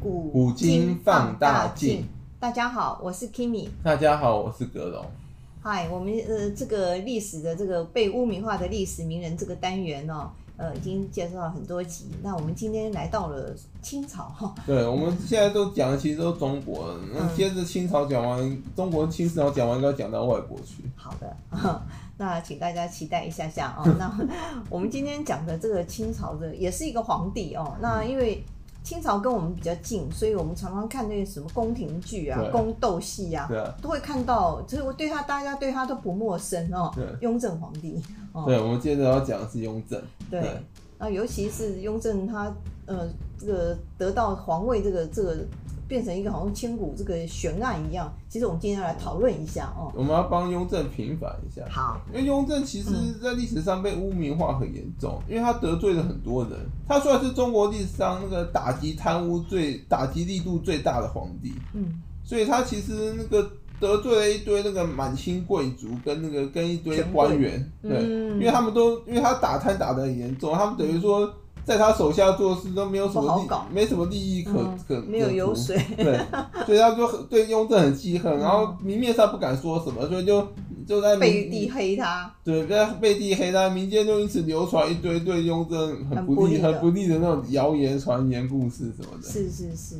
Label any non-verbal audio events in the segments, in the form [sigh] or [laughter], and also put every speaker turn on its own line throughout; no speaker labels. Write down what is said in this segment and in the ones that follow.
古
古今放大镜。
大家好，我是 Kimi。
大家好，我是格龙。
嗨，我们呃这个历史的这个被污名化的历史名人这个单元哦，呃已经介绍了很多集。那我们今天来到了清朝 [laughs] 哈、
对，我们现在都讲的其实都是中国人，那
嗯
接着清朝讲完，中国清朝讲完，应该讲到外国去。
好的， [laughs] 那请大家期待一下
[laughs]
下哦。那我们今天讲的这个清朝的也是一个皇帝哦。那因为清朝跟我们比较近，所以我们常常看那个什么宫廷剧啊
对、
宫斗戏啊，
对啊，
都会看到，就是我对他，大家对他都不陌生哦。
对
雍正皇帝，哦
对，我们接着要讲的是雍正。
对，那尤其是雍正他呃，这个得到皇位，这个这个变成一个好像千古这个悬案一样。其实我们今天要来讨论一下哦。
我们要帮雍正平反一下，
好，
因为雍正其实
嗯
在历史上被污名化很严重，因为他得罪了很多人。他虽然是中国历史上那个打击贪污最、打击力度最大的皇帝，
嗯，
所以他其实那个得罪了一堆那个满清贵族跟那个跟一堆官员，
权贵
对，
嗯
因为他们都因为他打贪打得很严重，他们等于说在他手下做事都没有什
不
么
好
利
搞，
没什么利益可、
嗯
可
没有
可
油
图
水，
对，所以他就很对雍正很记恨，
嗯
然后明面上不敢说什么，所以就就在民
背地黑他。
对在背地黑他，民间就因此流传一堆对雍正很
很
不
不
利、
利的
很不利的那种谣言、传言、故事什么的。
是是是，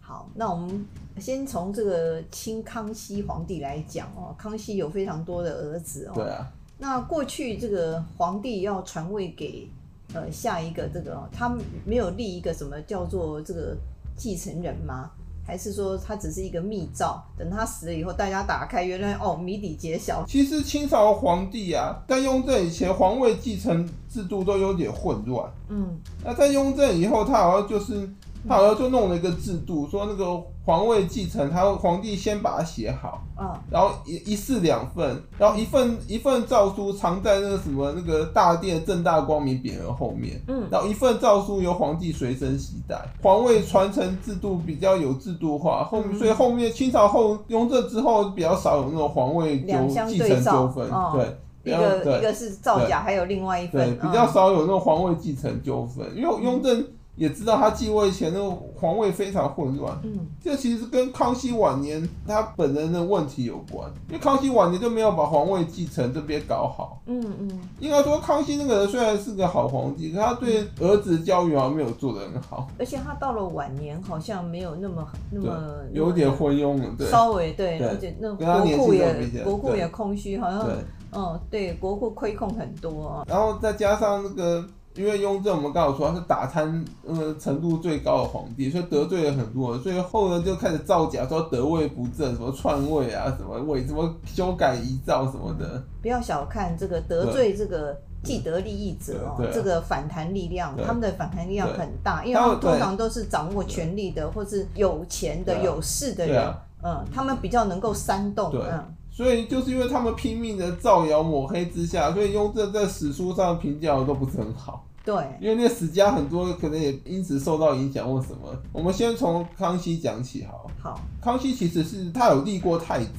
好，那我们先从这个清康熙皇帝来讲哦。康熙有非常多的儿子哦。
对啊，
那过去这个皇帝要传位给呃下一个这个、哦，他没有立一个什么叫做这个继承人吗？还是说他只是一个密诏？等他死了以后，大家打开，原来哦谜底揭晓。
其实清朝皇帝啊，在雍正以前，皇位继承制度都有点混乱。
嗯，
那在雍正以后，他好像就是他好像就弄了一个制度，说那个皇位继承，他皇帝先把它写好，
啊，
然后一一式两份，然后一份一份诏书藏在那个什么那个大殿正大光明匾额后面，
嗯
然后一份诏书由皇帝随身携带。皇位传承制度比较有制度化，后面
嗯
所以后面清朝后雍正之后比较少有那种皇位纠
两相
继
对
承
照
纠纷，
哦
对，比
一
较
个一
对
个是造假，还有另外一
对
份
比较
嗯
少有那种皇位继承纠纷，因为雍正也知道他继位前那个皇位非常混乱，
嗯
这其实跟康熙晚年他本人的问题有关，因为康熙晚年就没有把皇位继承这边搞好。
嗯嗯，
应该说，康熙那个人虽然是个好皇帝，可他对儿子教育好像没有做得很好，
而且他到了晚年好像没有那么那么
有点昏庸了。对
稍微对，
对
而且那
跟他
国
年
库
纪都比
也
较
国库
对
也空虚，好像
对，
嗯对，国库亏空很多哦。
然后再加上那个，因为雍正我们刚好说他是打贪呃程度最高的皇帝，所以得罪了很多人，所以后人就开始造假，说得位不正，什么篡位啊，什么位，什么修改遗诏什么的。
不要小看这个得罪这个既得利益者哦
对对，啊
这个反弹力量，
对
他们的反弹力量
对
很大，因为
他
他
们
们通常都是掌握权力的，或是有钱的、
对啊
有势的
对
人
啊，
嗯，他们比较能够煽动，
对
嗯，
所以就是因为他们拼命的造谣抹黑之下，所以雍正在史书上评价的都不是很好。
对，
因为那史家很多可能也因此受到影响或什么。我们先从康熙讲起好。
好，
康熙其实是他有立过太子，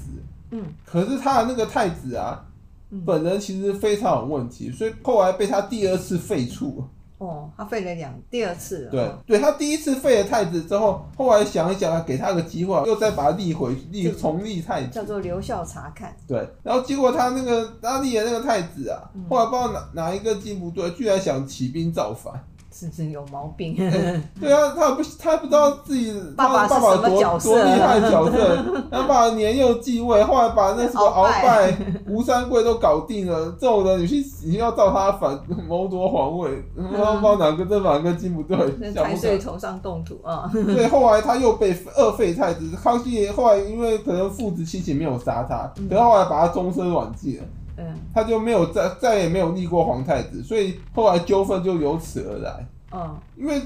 嗯
可是他的那个太子啊，
嗯，
本人其实非常有问题，所以后来被他第二次废黜。
哦，他废了两第二次了，
对
嗯，
对，他第一次废了太子之后，后来想一想，给他个机会，又再把他立回立
就
重立太子
叫。做留校察看，
对，然后结果他那个他立的那个太子啊，
嗯
后来不知道哪哪一个筋不对，居然想起兵造反。
是不是有毛病？ [laughs]
对啊，他不他不知道自己
爸爸
他
是
爸爸
什么
多
角色
多厉害的
[laughs]
鳌色，他爸爸年幼继位，后来把那什么
鳌
鳌
拜
拜、吴三桂都搞定了，这种人你去你要造他反谋夺皇位，然后不知道哪个正哪个金不对
那，
想
嗯太
不
岁
开。
头上动土啊，
所以后来他又被二废太子康熙，后来因为可能父子亲情没有杀他，
嗯
可是后来把他终身软禁了，
嗯
他就没有再再也没有立过皇太子，所以后来纠纷就由此而来。
嗯，
因为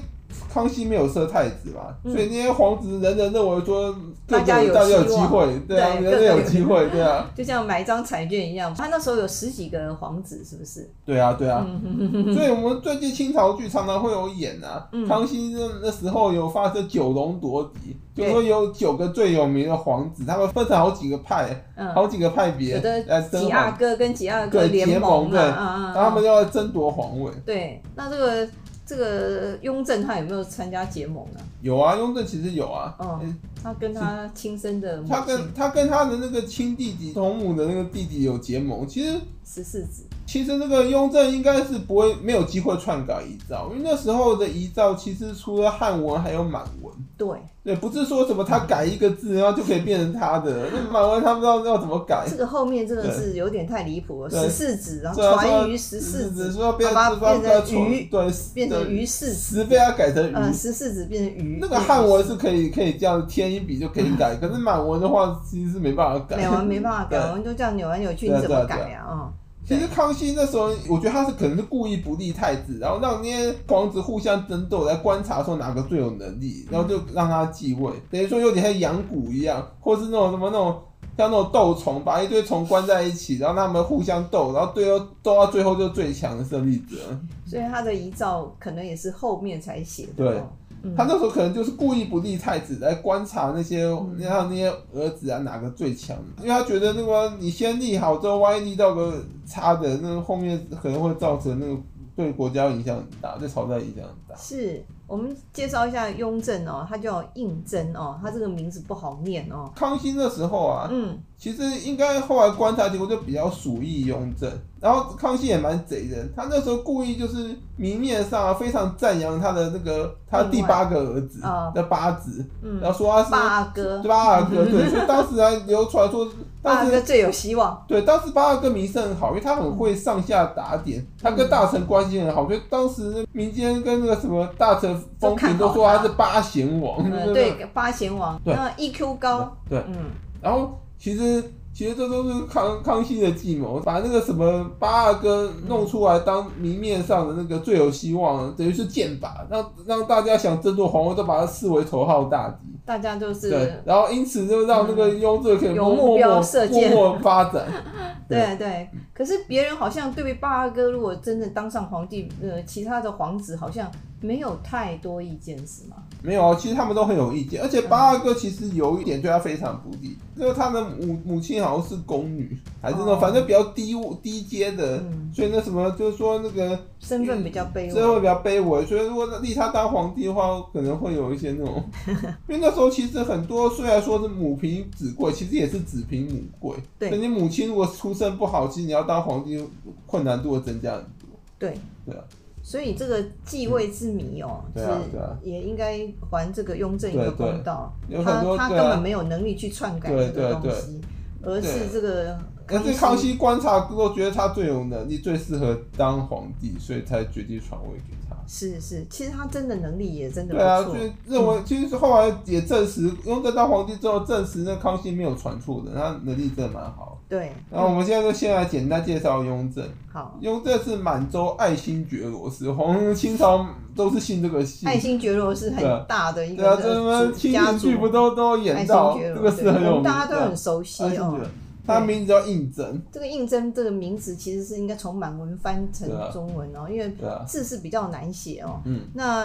康熙没有设太子嘛，
嗯
所以那些皇子人人认为说各
大家
个
有
大家有
希
机
望
会，对啊，
对
人人
各个
有
有
机会，对啊， [laughs]
就像买一张彩券一样，他那时候有十几个皇子，是不是？
对啊，对啊。
嗯，
所以我们最近清朝剧常常会有演啊，
嗯
康熙那那时候有发生九龙夺嫡，就
对
是说有九个最有名的皇子，他们分成好几个派，
嗯
好几个派别
有的
来争
几阿
皇，
哥跟几阿哥
对
联盟
结盟对
嘛，啊啊
然
啊
后他们要争夺皇位。
对，那这个这个雍正他有没有参加结盟啊？
有啊，雍正其实有啊，
哦
嗯
他跟他亲生的母
他
亲
跟他跟他的那个亲弟弟同母的那个弟弟有结盟，其实
十四子，
其实那个雍正应该是不会没有机会篡改遗诏，因为那时候的遗诏其实除了汉文还有满文，
对，
对，不是说什么他改一个字然后就可以变成他
[laughs]
的，那满文他不知道要怎么改，
这个后面真的是有点太离谱了，
对
十四子，然后
对啊
传于十四
只
子，
是说变
把它
把它
变成
从 [laughs]
鱼
对
变成
对
于世子，
十被他改成
呃，
鱼。
十四子变成鱼。
那个汉文是可以可以这样添一笔就可以改，可是满文的话其实是没办法改。
呃 [laughs] 没完没办法改，我们就这样扭来扭去，你怎么改
对
啊？嗯，
其实康熙那时候，我觉得他是可能是故意不立太子，然后让那些皇子互相争斗，来观察说哪个最有能力，然后就让他继位，等于说有点像养蛊一样，或是那种什么那种像那种斗虫，把一堆虫关在一起，然后让他们互相斗，然后最后斗到最后就最强的胜利者。
所以他的遗诏可能也是后面才写的。
对
哦，嗯
他那时候可能就是故意不立太子，来观察那些
嗯
让那些儿子啊哪个最强，因为他觉得那个你先立好之后，万一立到个差的，那后面可能会造成那个对国家影响很大，对朝代影响很大。
是我们介绍一下雍正哦，他叫胤禛哦，他这个名字不好念哦。
康熙那时候啊，
嗯，
其实应该后来观察结果就比较属意雍正，然后康熙也蛮贼人，他那时候故意就是明面上啊非常赞扬他的那个他第八个儿子
另外啊
那八子，
嗯
然后说他是
八阿哥，
八阿哥，对，所以当时还流传说
八
当
阿
时
哥最有希望。
对，当时八阿哥名声很好，因为他很会上下打
嗯
点，他跟大臣关系很好，所以当时民间跟那个什么大臣风评都说他是八贤王，
嗯，
不
对，八贤王，
对
那 EQ 高，
[laughs] 对。
嗯，
然后其实其实这都是康康熙的计谋，把那个什么八阿哥弄出来当明面上的那个最有希望，等于是箭靶，让让大家想争夺皇位都把他视为头号大敌。
大家就
对
是，
然后因此就让那个雍正可以
嗯有
默
目
默
标
默
射箭
默发展。
对对。可是别人好像对于八阿哥如果真的当上皇帝，呃，其他的皇子好像没有太多意见，是吗？
没有啊，其实他们都很有意见，而且
嗯
八阿哥其实有一点对他非常不利，就是他的母母亲好像是宫女，还是那种、
哦
反正比较低低阶的，
嗯
所以那什么就是说那个
身份比较卑
所以
微，
会比较卑微，所以如果立他当皇帝的话，可能会有一些那
[laughs]
种，因为那时候其实很多虽然说是母凭子贵，其实也是子凭母贵，
对
所以你母亲如果出身不好，其实你要当皇帝困难度会增加很多，
对。
对啊，
所以这个继位之谜哦，
嗯对啊对啊
是也应该还这个雍正一个公道。
对对有很
他
多
他
对
根
啊
本没有能力去篡改这个东
对对
西，而是这个
但是康熙观察之后，觉得他最有能力，最适合当皇帝，所以才决定传位给他。
是是，其实他真的能力也真的
对啊，
不错。
就是认为，其实后来也证实，雍正当皇帝之后证实，那康熙没有传错的，他能力真的蛮好。
对，
然后我们现在就先来简单介绍雍正。
好，
雍正是满洲爱新觉罗氏，皇清朝都是信这个姓。
爱新觉罗是很
对啊
大的一
对啊，
个呃
这他妈
族
清
家
景
族
剧，不都都
爱
演
新
到
觉
这
罗，
个是
对，
很
我
有
们
名的。
大家都很熟悉
爱新觉
哦
罗。，他名字叫胤禛，
这个胤禛这个名字其实是应该从满文翻成
对啊
中文哦，因为
对啊，
字是比较难写哦。
嗯，
那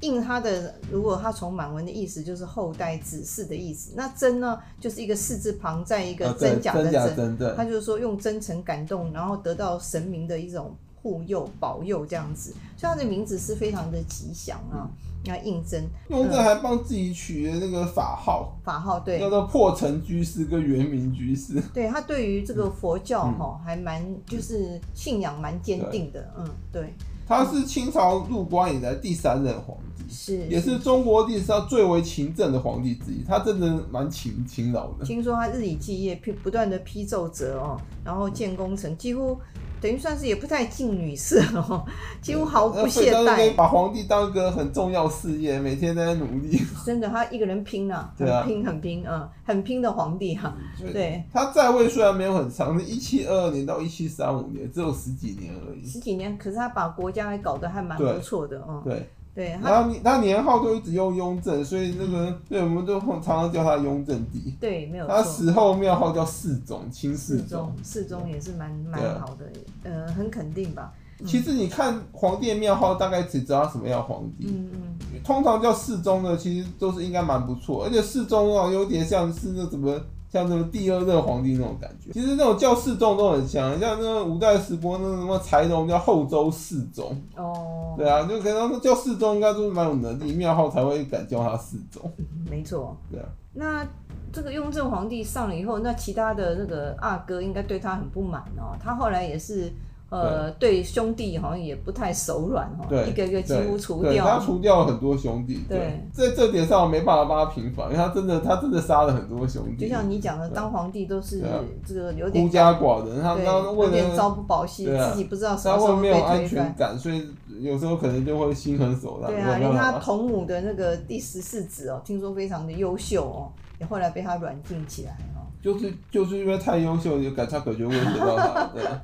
印它的，如果它从满文的意思就是后代子嗣的意思，那真呢就是一个四字旁在一个
啊对
真假的
假
真，
真对。
他就是说用真诚感动，然后得到神明的一种护佑保佑这样子，所以他的名字是非常的吉祥
嗯
啊。那胤禛
雍正还帮自己取了那个法号，
法号对
叫做破城居士跟圆明居士。
对，他对于这个佛教哈、哦还蛮就是
嗯
信仰蛮坚定的，嗯对
他是清朝入关以来第三任皇帝，
是
也是中国历史上最为勤政的皇帝之一。他真的蛮勤勤劳的。
听说他日以继夜批不断的批奏折哦，然后建功臣，几乎等于算是也不太近女色哦，几乎毫不懈
呃那所以他就可以
怠。
把皇帝当一个很重要事业，每天在那努力。
真的，他一个人拼啊，
对啊
很拼很拼，嗯，很拼的皇帝哈、啊
所以
对，
他在位虽然没有很长，是一七二二年到一七三五年，只有十几年而已。
十几年，可是他把国家还搞得还蛮
对
不错的哦。
对，
对，他
然后他年号都一直用雍正，所以那个对我们都常常叫他雍正帝。
对没有
他
错。
死后庙号叫世宗，清世
世
宗
宗。，世宗也是蛮
对
蛮
啊
好的，呃，很肯定吧。
其实你看皇帝的庙号，大概只知道他什么样的皇帝。
嗯嗯，
哦通常叫世宗的，其实都是应该蛮不错，而且世宗啊，有点像是那什么像什么第二任皇帝那种感觉。其实那种教世宗都很强，像那个五代十国那个什么柴荣叫后周世宗，
哦，
对啊，就可能叫世宗应该就是蛮有能力，庙号才会敢叫他世宗，
没错。
对啊。
那这个雍正皇帝上了以后，那其他的那个阿哥应该对他很不满哦。他后来也是呃，对兄弟好像也不太手软哦，
对，
一个一个几乎
对
除
对他
掉。
除掉了很多兄弟，
对
对，在这点上我没办法帮他平反，因为他真的他真的杀了很多兄
就
弟，
像你讲的，当皇帝都是
对啊
这个有
孤
点
家寡人，他
对，
他
有
为
点朝
了
不保夕，
对啊
自己不知道什
他
么时
会
候
没
被
有
推
安全
翻。
感，所以有时候可能就会心狠手辣，
对
没
啊，
有
连
办法
他同母的那个第十四子哦，听说非常的优秀哦，也后来被他软禁起来哦。
就是就是因为太优秀，就感他感觉威胁
[laughs]
到他，对啊。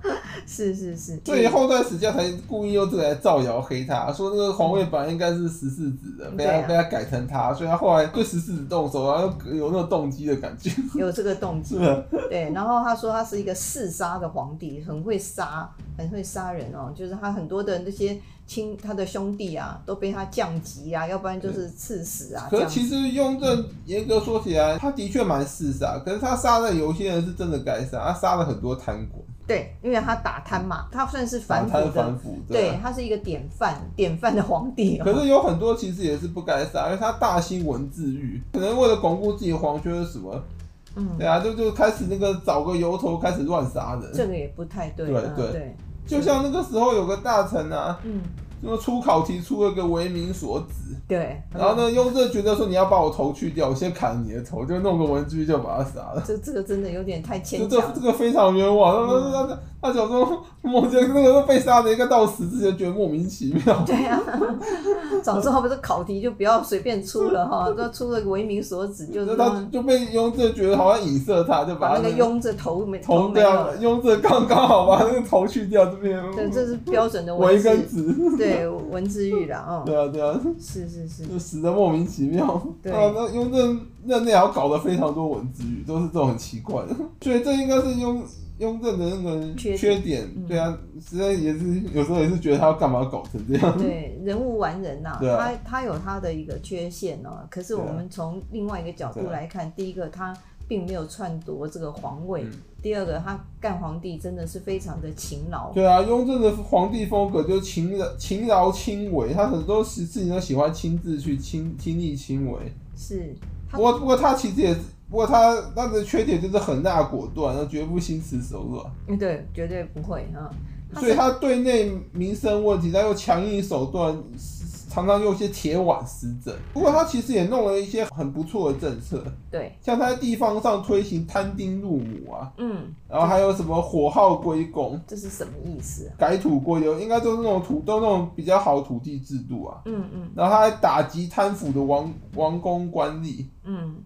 是是是，
所以后代史家才故意用这个来造谣黑他，说那个皇位本来应该是十四子的，被
嗯
他、
对啊
被他改成他，所以他后来对十四子动手，然后有那种动机的感觉，
有这个动机
是。吧？
对，然后他说他是一个嗜杀的皇帝，很会杀，很会杀人哦。就是他很多的那些亲他的兄弟啊，都被他降级啊，要不然就是赐死啊。这
可是
样
其实雍正严格说起来，他的确蛮嗜杀，可是他杀的有些人是真的该杀，他杀了很多贪官，
对，因为他打贪嘛，他算是
反
反
贪
腐的，
反腐，
对
啊
他是一个典范，典范的皇帝、
可
哦。
是有很多其实也是不该杀，因为他大兴文字狱，可能为了巩固自己的皇权是什么，
嗯，
对啊，就就开始那个找个由头开始乱杀人，
这个也不太对。
对
嗯
对
对，
就像那个时候有个大臣啊，
嗯，
就出考题出了个为民所指，
对。
然后呢，雍正觉得说你要把我头去掉，我先砍你的头，就弄个文具就把他杀了。
这这个真的有点太
这
牵
这
强
这。个非常冤枉，他他他他小时候，我觉得那个被杀的一个到死之前觉得莫名其妙。
对啊， [laughs] 早知道不是考题就不要随便出了哈，都出了为民所指，就
就是他就被雍正觉得好像影射他，就
把那
他
个
的
雍着头没
头
没
对
有
啊，，雍正刚刚好把那个头去掉，这边
对，这是标准的
围
文
一根
字，
直。
对文字狱啦，哦，
对啊对啊，
是是是，
就死的莫名其妙。
对
啊，那雍正任内还搞得非常多文字狱，都是这种很奇怪的。所以这应该是雍雍正的那个
缺点
缺点。
嗯
对啊，实在也是有时候也是觉得他干嘛搞成这样。
对人无完人呐、
对啊
他他有他的一个缺陷哦，可是
对啊
我们从另外一个角度
对啊
来看，第一个他并没有篡夺这个皇位
嗯，
第二个他干皇帝真的是非常的勤劳，
对啊，雍正的皇帝风格就是勤劳、勤劳亲为，他很多事情都喜欢亲自去亲亲力亲为。
是他
不过，不过他其实也是，不过他他的缺点就是很大果断，然后绝不心慈手软，
嗯对绝对不会啊，他
所以
是
他对内民生问题，他用强硬手段，常常用一些铁腕施政。不过他其实也弄了一些很不错的政策，
对
像他在地方上推行摊丁入亩啊，
嗯，
然后还有什么火耗归公。
这是什么意思啊？
改土归流，应该就是那种土都那种比较好的土地制度啊。
嗯嗯
然后他还打击贪腐的王王公官吏，
嗯，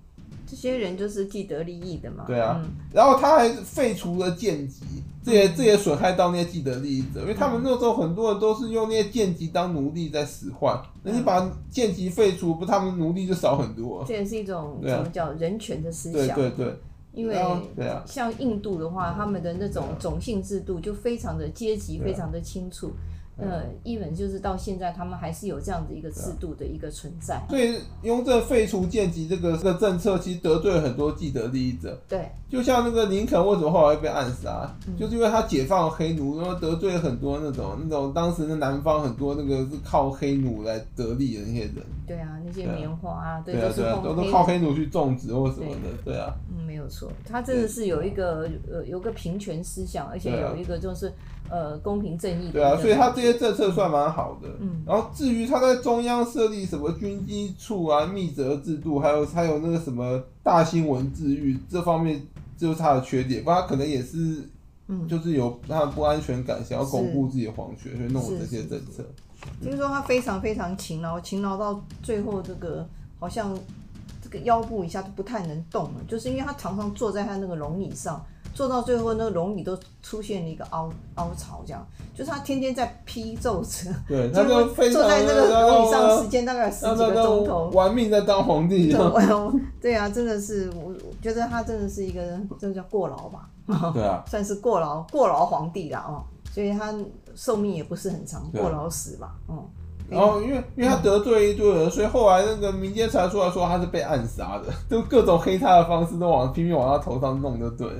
这些人就是既得利益的嘛，
对啊
嗯
然后他还废除了剑籍，这也这也损害到那些既得利益者，因为他
嗯
们那时候很多人都是用那些剑籍当奴隶在使唤，
嗯
那你把剑籍废除，不他们奴隶就少很多？
这也是一种
[laughs] 对啊
怎么叫人权的思
对
想，
对对，
因为
然后对啊，
像印度的话，他们的那种种姓制度就非常的阶级，
对啊
非常的清楚。
对啊
呃，一本就是到现在，他们还是有这样的一个制度的一个存在。
所以雍正废除剑籍这个这个政策，其实得罪了很多既得利益者，
对，
就像那个林肯为什么后来会被暗杀，
嗯
就是因为他解放黑奴，然后得罪了很多那种那种当时的南方很多那个是靠黑奴来得利的那些人。
对啊，那些
对啊
棉花啊，对，
对啊，
是
对啊，
烘
都
黑
都靠黑奴去种植或什么的，对啊，
嗯，没有错，他真的是有一个呃有个平权思想，而且
对啊
有一个就是呃公平正义的一个。
对啊，所以他这些政策算蛮好的。
嗯
然后至于他在中央设立什么军机处啊、密折制度，还有还有那个什么大新闻治愈这方面，就是他的缺点，不然他可能也是
嗯，
就是有他的不安全感，想要
是
巩固自己的皇权，所以弄了
是
这些
是
政策。
嗯听说他非常非常勤劳，勤劳到最后这个好像这个腰部以下都不太能动了，就是因为他常常坐在他那个龙椅上，坐到最后那个龙椅都出现了一个凹凹槽，这样就是他天天在批奏折，
对， [laughs] 他
结果
就非常呃
坐在那个龙椅上时间大概有十
让
几个钟头。
玩命在当皇帝一
对
样。
我对啊，真的是，我我觉得他真的是一个，这叫过劳吧，
[laughs] 对啊，
算是过劳过劳皇帝啦哦，所以他寿命也不是很长，
对啊
过劳死吧，嗯，
然后因为因为他得罪一堆人，所以后来那个民间传说来说他是被暗杀的，就各种黑他的方式都往拼命往他头上弄，就对了。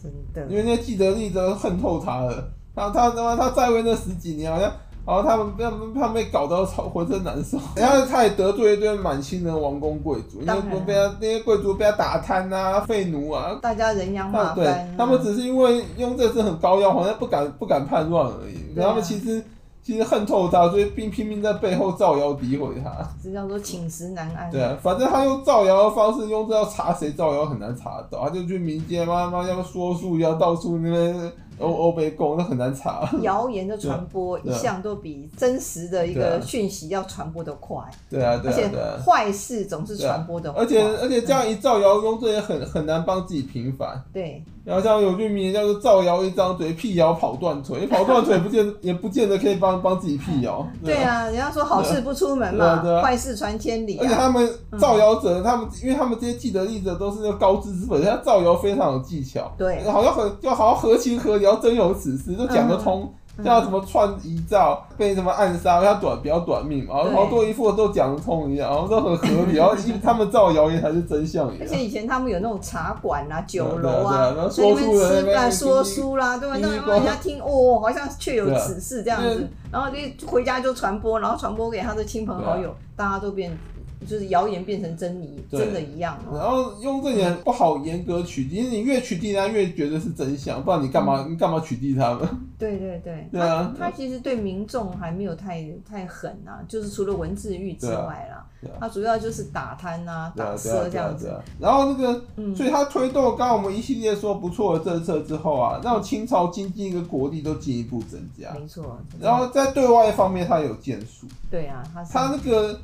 真的
因为那既得利益者恨透他了，他他他妈他在位那十几年好像。然后他们他们他们被搞到超浑身难受， [laughs] 然后他也得罪一堆满清的王公贵族，因
当然啊
为被他那些贵族被他打瘫啊、废奴啊，
大家人仰马
啊，对
翻啊，，
他们只是因为用这次很高压，好像不敢不敢叛乱而已。
对啊
他们其实其实恨透他，所以并拼命在背后造谣诋毁他。
这叫做寝食难安。
对啊，反正他用造谣的方式，用这要查谁造谣很难查得到，他就去民间妈妈要说书，要到处那边欧欧北共，那很难查。
谣言的传播一
[laughs] 对啊
向都比真实的一
对
个
啊
讯息要传播的快，
对啊，对
而且
啊，对啊。
坏事总是传播的快。
而且而且这样一造谣，雍正也很很难帮自己平反。
对，
然后像有句名言叫做“造谣一张嘴，辟谣跑断腿”，跑断腿不见也不见得可以帮帮自己辟谣。
对啊，人家说好事不出门
对啊对
嘛，
啊
坏事传千里
而且
啊。
他们造谣
嗯
者，他们因为他们这些既得利益者都是那个高知之本，他造谣非常有技巧，
对
好像很就好像合情合理，要真有此事，就讲得通。
嗯
像什么串遗照被什么暗杀，他短比较短命嘛，然后
对
好多一副都讲得通一样，然后都很
[laughs]
合理，然后因为他们造谣言才是真相一
而
样。
且以前他们有那种茶馆啊、酒
对
楼
啊对啊
啊
然后，
在那
说书
边
人在那
吃
边
饭、
一
说
一
书啦，对吧？
一
那
光
让人家听哦，好像确有
对啊
此事这样
因为
子，然后就回家就传播，然后传播给他的亲朋好
啊
友，大家都变就是谣言变成真理，
对
真的一样哦。
然后雍正也不好严格取缔，因为你越取缔他越觉得是真相，不然你干嘛、你干嘛取缔他们？
对对对，
对啊
嗯他他其实对民众还没有太太狠啊，就是除了文字狱之外啦，
对啊对啊
他主要就是打贪啊、打
对啊对啊
色这
对啊
样
对
子。
啊。然后那个
嗯，
所以他推动刚刚我们一系列说不错的政策之后
嗯
啊，让清朝经济跟国力都进一步增加。
没错。
啊然后在对外方面，他有建树，
对啊，他是
他那个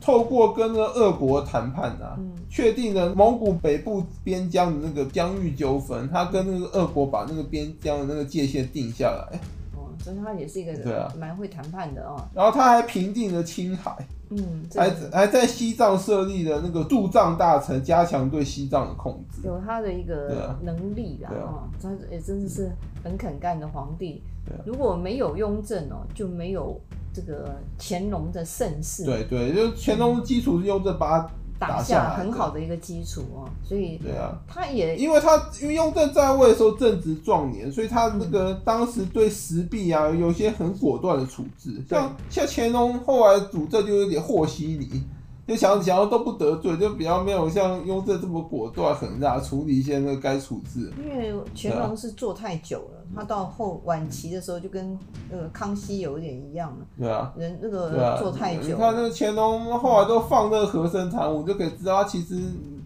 透过跟那俄国谈判啊，
嗯
确定了蒙古北部边疆的那个疆域纠纷，他跟那个俄国把那个边疆的那个界限定下来，
哦，所以他也是一个
对啊
蛮会谈判的哦。
然后他还平定了青海，
嗯，这
还
个
还在西藏设立了那个驻藏大臣，加强对西藏的控制。
有他的一
对
个
啊
能力啦，
对啊
哦，他也真的是很肯干的皇帝
对啊。
如果没有雍正哦，就没有这个乾隆的盛世，
对对，就是乾隆基础是用这把他
打
打下
下
来
很
的
好的一个基础哦，所以
对啊，
他也
因为他因为雍正在位的时候正值壮年，所以他那个当时对时弊啊有些很果断的处置，
对
像像乾隆后来主政就有点和稀泥。就想想要都不得罪，就比较没有像雍正这么果断狠辣处理一些那个该处置。
因为乾隆是做太久了，
嗯
他到后晚期的时候就跟那个康熙有一点一样了，
对啊，
人那
对啊
个，做太
你
久
看
了，
那个乾隆后来都放那个和珅堂，我就可以知道他其实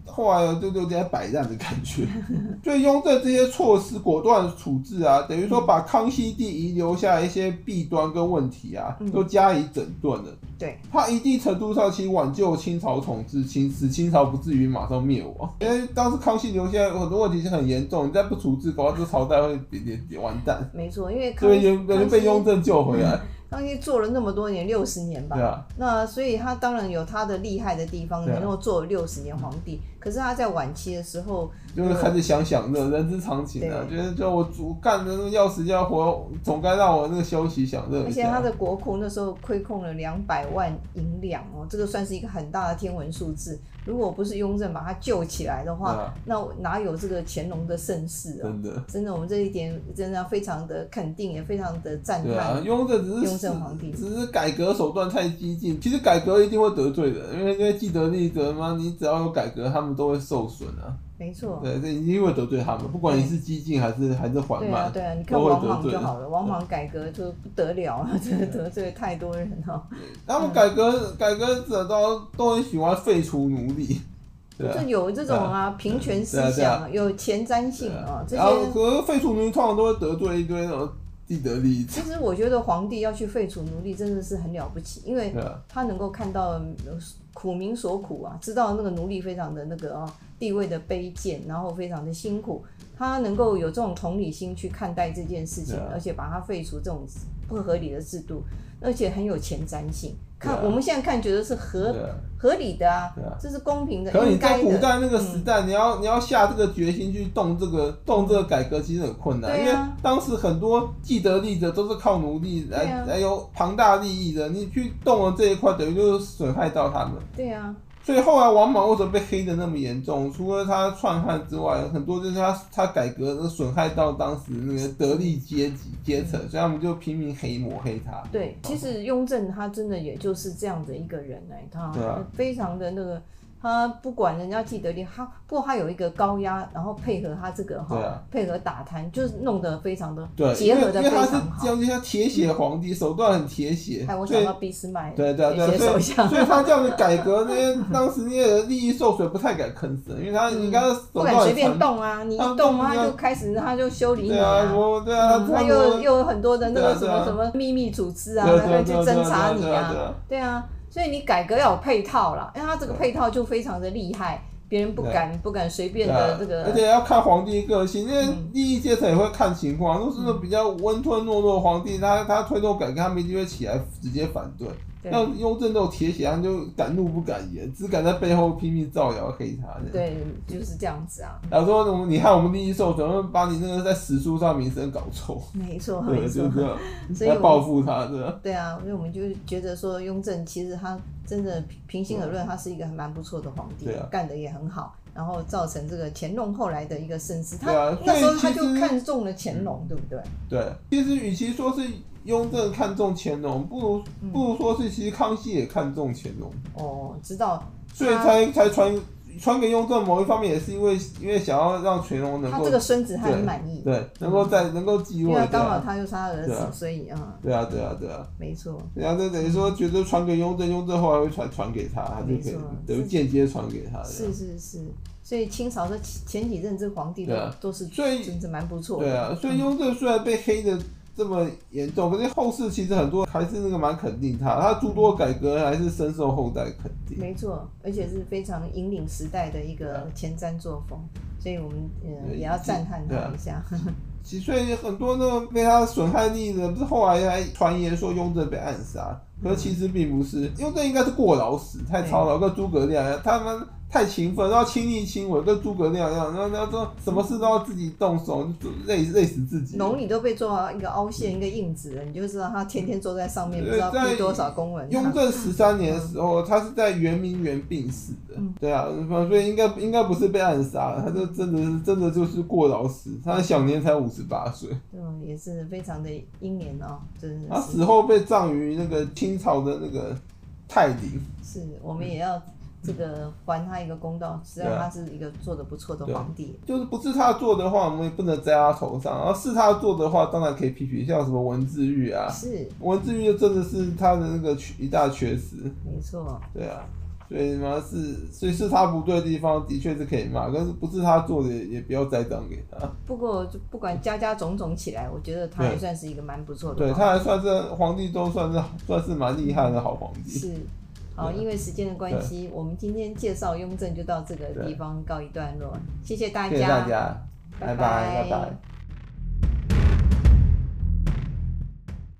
后来就有点摆烂的感
[laughs]
觉。所以雍正这些措施果断处置啊，等于说把康熙帝遗留下一些弊端跟问题啊
嗯，
都加以整顿了。
对，
他一定程度上其实挽救清朝统治，清使清朝不至于马上灭亡。因为当时康熙留下很多问题是很严重，你再不处置，搞到这朝代会点点点完蛋。
没错，因为哎康
所以雍
康熙嗯
被雍正救回来，
康熙做了那么多年，六十年吧。
对啊。
那所以他当然有他的厉害的地方，
对啊
能够做六十年皇帝。可是他在晚期的时候，
就是开始想想
嗯
的人之常情啊，觉得就我主干的那个要死要活，总该让我那个休息享乐
而
一
且他
下。
的国库那时候亏空了两百万银两哦，这个算是一个很大的天文数字。如果不是雍正把他救起来的话，
对啊
那哪有这个乾隆的盛世哦？
真的，
真的，我们这一点真的要非常的肯定，也非常的赞
对啊
叹。，
雍正只是
雍正皇帝
只是改革手段太激进，其实改革一定会得罪人，因为因为既得利益者嘛，你只要有改革，他们都会受损啊。
没错，
对，这一定会得罪他们，不管你是激进还是还是缓
对啊，
慢。
对啊，你看
都会
王
得
莽就
罪
好了，王莽改革就不得了了， [laughs] 真的得罪太多人了、
他们改革改革者都都很喜欢废除奴隶，对啊
就。有这种啊平权思
对啊
想，有前瞻性啊，这
然后
些。
可是废除奴隶通常都会得罪一堆那种既得利益者，
其实我觉得皇帝要去废除奴隶真的是很了不起，因为
对啊。
他能够看到呃苦民所苦啊，知道那个奴隶非常的那个啊地位的卑贱，然后非常的辛苦。他能够有这种同理心去看待这件事情，
对啊
而且把它废除这种不合理的制度，而且很有前瞻性。看、
对啊
我们现在看觉得是合
对啊
合理的啊，
对啊
这是公平的，嗯
可是你
应
在
该
古
的。
代那个时代，你要你要下这个决心去动这个动这个改革，其实很困难，
对啊
因为当时很多既得利益者都是靠奴隶来、
对啊
来有庞大利益的，你去动了这一块，等于就是损害到他们。
对啊，
所以后来王莽为什么被黑的那么严重？除了他篡汉之外，很多就是他他改革损害到当时那个得力阶级阶
嗯
层，所以他们就拼命黑抹黑他。
对，其实雍正他真的也就是这样的一个人哎、
对啊
他非常的那个，他不管人家既得利益，他不过他有一个高压，然后配合他这个哈、
对啊
配合打贪，就是弄得非常的
对，
结合
因为
的
因为
非
他
常
是
好。
将军，他铁血皇帝，手段很铁血，
哎，我
所以
想到俾斯麦，
对对对，
写
所
手
以
相，
[laughs] 所以他这样子改革，那些当时那些人利益受损，不太敢吭声，因为他
嗯
人家的手
不
段
敢随
很
便
残
动啊，你一
他
动啊
他
就开始他就修理你
对啊，我对啊，
嗯
他
他
们
又又有很多的那个什
对啊对
么
啊
什么秘密组织啊，
对啊
然后去
对啊对啊
侦查你
对啊对啊对啊，
对啊，所以你改革要有配套啦，因为他这个
对
配套就非常的厉害，别人不敢不敢随便
对啊
的这个
而，且要看皇帝个性，因为
嗯
利益阶层也会看情况。如果是那种比较温吞懦弱的皇帝，他他推动改革，他们一定会起来直接反对。
对
像雍正这种铁血，他就敢怒不敢言，只敢在背后拼命造谣黑他。这样，
对，就是这样子啊，
然后说什么你害我们利益受损，会把你那个在史书上名声搞臭，
没错 [laughs]
对，
没
就
错，
这样
所以
来
我
报复他，对啊。
对啊，所以我们就觉得说雍正其实他真的平平心而论，他是一个还蛮不错的皇帝
对啊，
干的也很好，然后造成这个乾隆后来的一个盛世，他
对啊
那时候
所
他
以其
就
实嗯
看中了乾隆，对不对？
对，其实与其说是雍正看中乾隆，不如
嗯
不如说是其实康熙也看中乾隆，
哦，知道
所以才才传传给雍正。某一方面也是因为因为想要让乾隆能
他
够
这个孙子他很满意，
对能够在能够继
因
位
为，
对
刚好
啊
他又是他儿
对啊
子，所以嗯，
对啊对啊对啊，
没错，
对啊，这等于说觉得传给雍正，雍正后来会传传给他，他就可
没
以
错
等于
是
间接传给他。对啊
是是是，所以清朝的前几任这皇帝都
对啊
都是
所以
真是蛮不错
对
的，
啊，所以雍正虽然被黑的这么严重，可是后世其实很多还是那个蛮肯定他，他诸多改革还是深受后代肯定。
没错，而且是非常引领时代的一
对
个
啊
前瞻作风，所以我们呃
对
也要赞叹
对
他
啊
一下，
其实所以很多那种被他损害利益的人，不是后来还传言说雍正被暗杀，可是其实并不是，雍正应该是过劳死，太操劳，跟诸葛亮一样，他们太勤奋，然后亲力亲为，跟诸葛亮一样，然后然后说什么事都要自己动手，就累累死自己。
龙椅都被做到一个凹陷一个印子了，你就知道他天天坐在上面，不知道
对在
批多少公文，
雍正十三年的时候，他是在圆明园病死的，
嗯
对啊，所以应该应该不是被暗杀，他就真的是真的就是过劳死，他享年才五十八岁，
嗯，也是非常的英年哦，真的
他
是
死后被葬于那个清朝的那个泰陵，
是，我们也要这个还他一个公道，实际上
对啊
他是一个做的不错的
对啊
皇帝，
就是不是他做的话，我们也不能栽他头上，然后是他做的话，当然可以批评，像什么文字狱啊，
是
文字狱就真的是他的那个缺一大缺失，
没错，
对啊。所以嘛是，所以是他不对的地方，的确是可以骂，但是不是他做的也也不要栽赃给他。
不过就不管加加种种起来，我觉得他
对
也算是一个蛮不错的
对
皇帝。
他还算是皇帝中算是算是蛮厉害的好皇帝。
是。好，
对
因为时间的关系，我们今天介绍雍正就到这个地方告一段落，谢谢大家，
谢谢大家，拜拜
拜
拜拜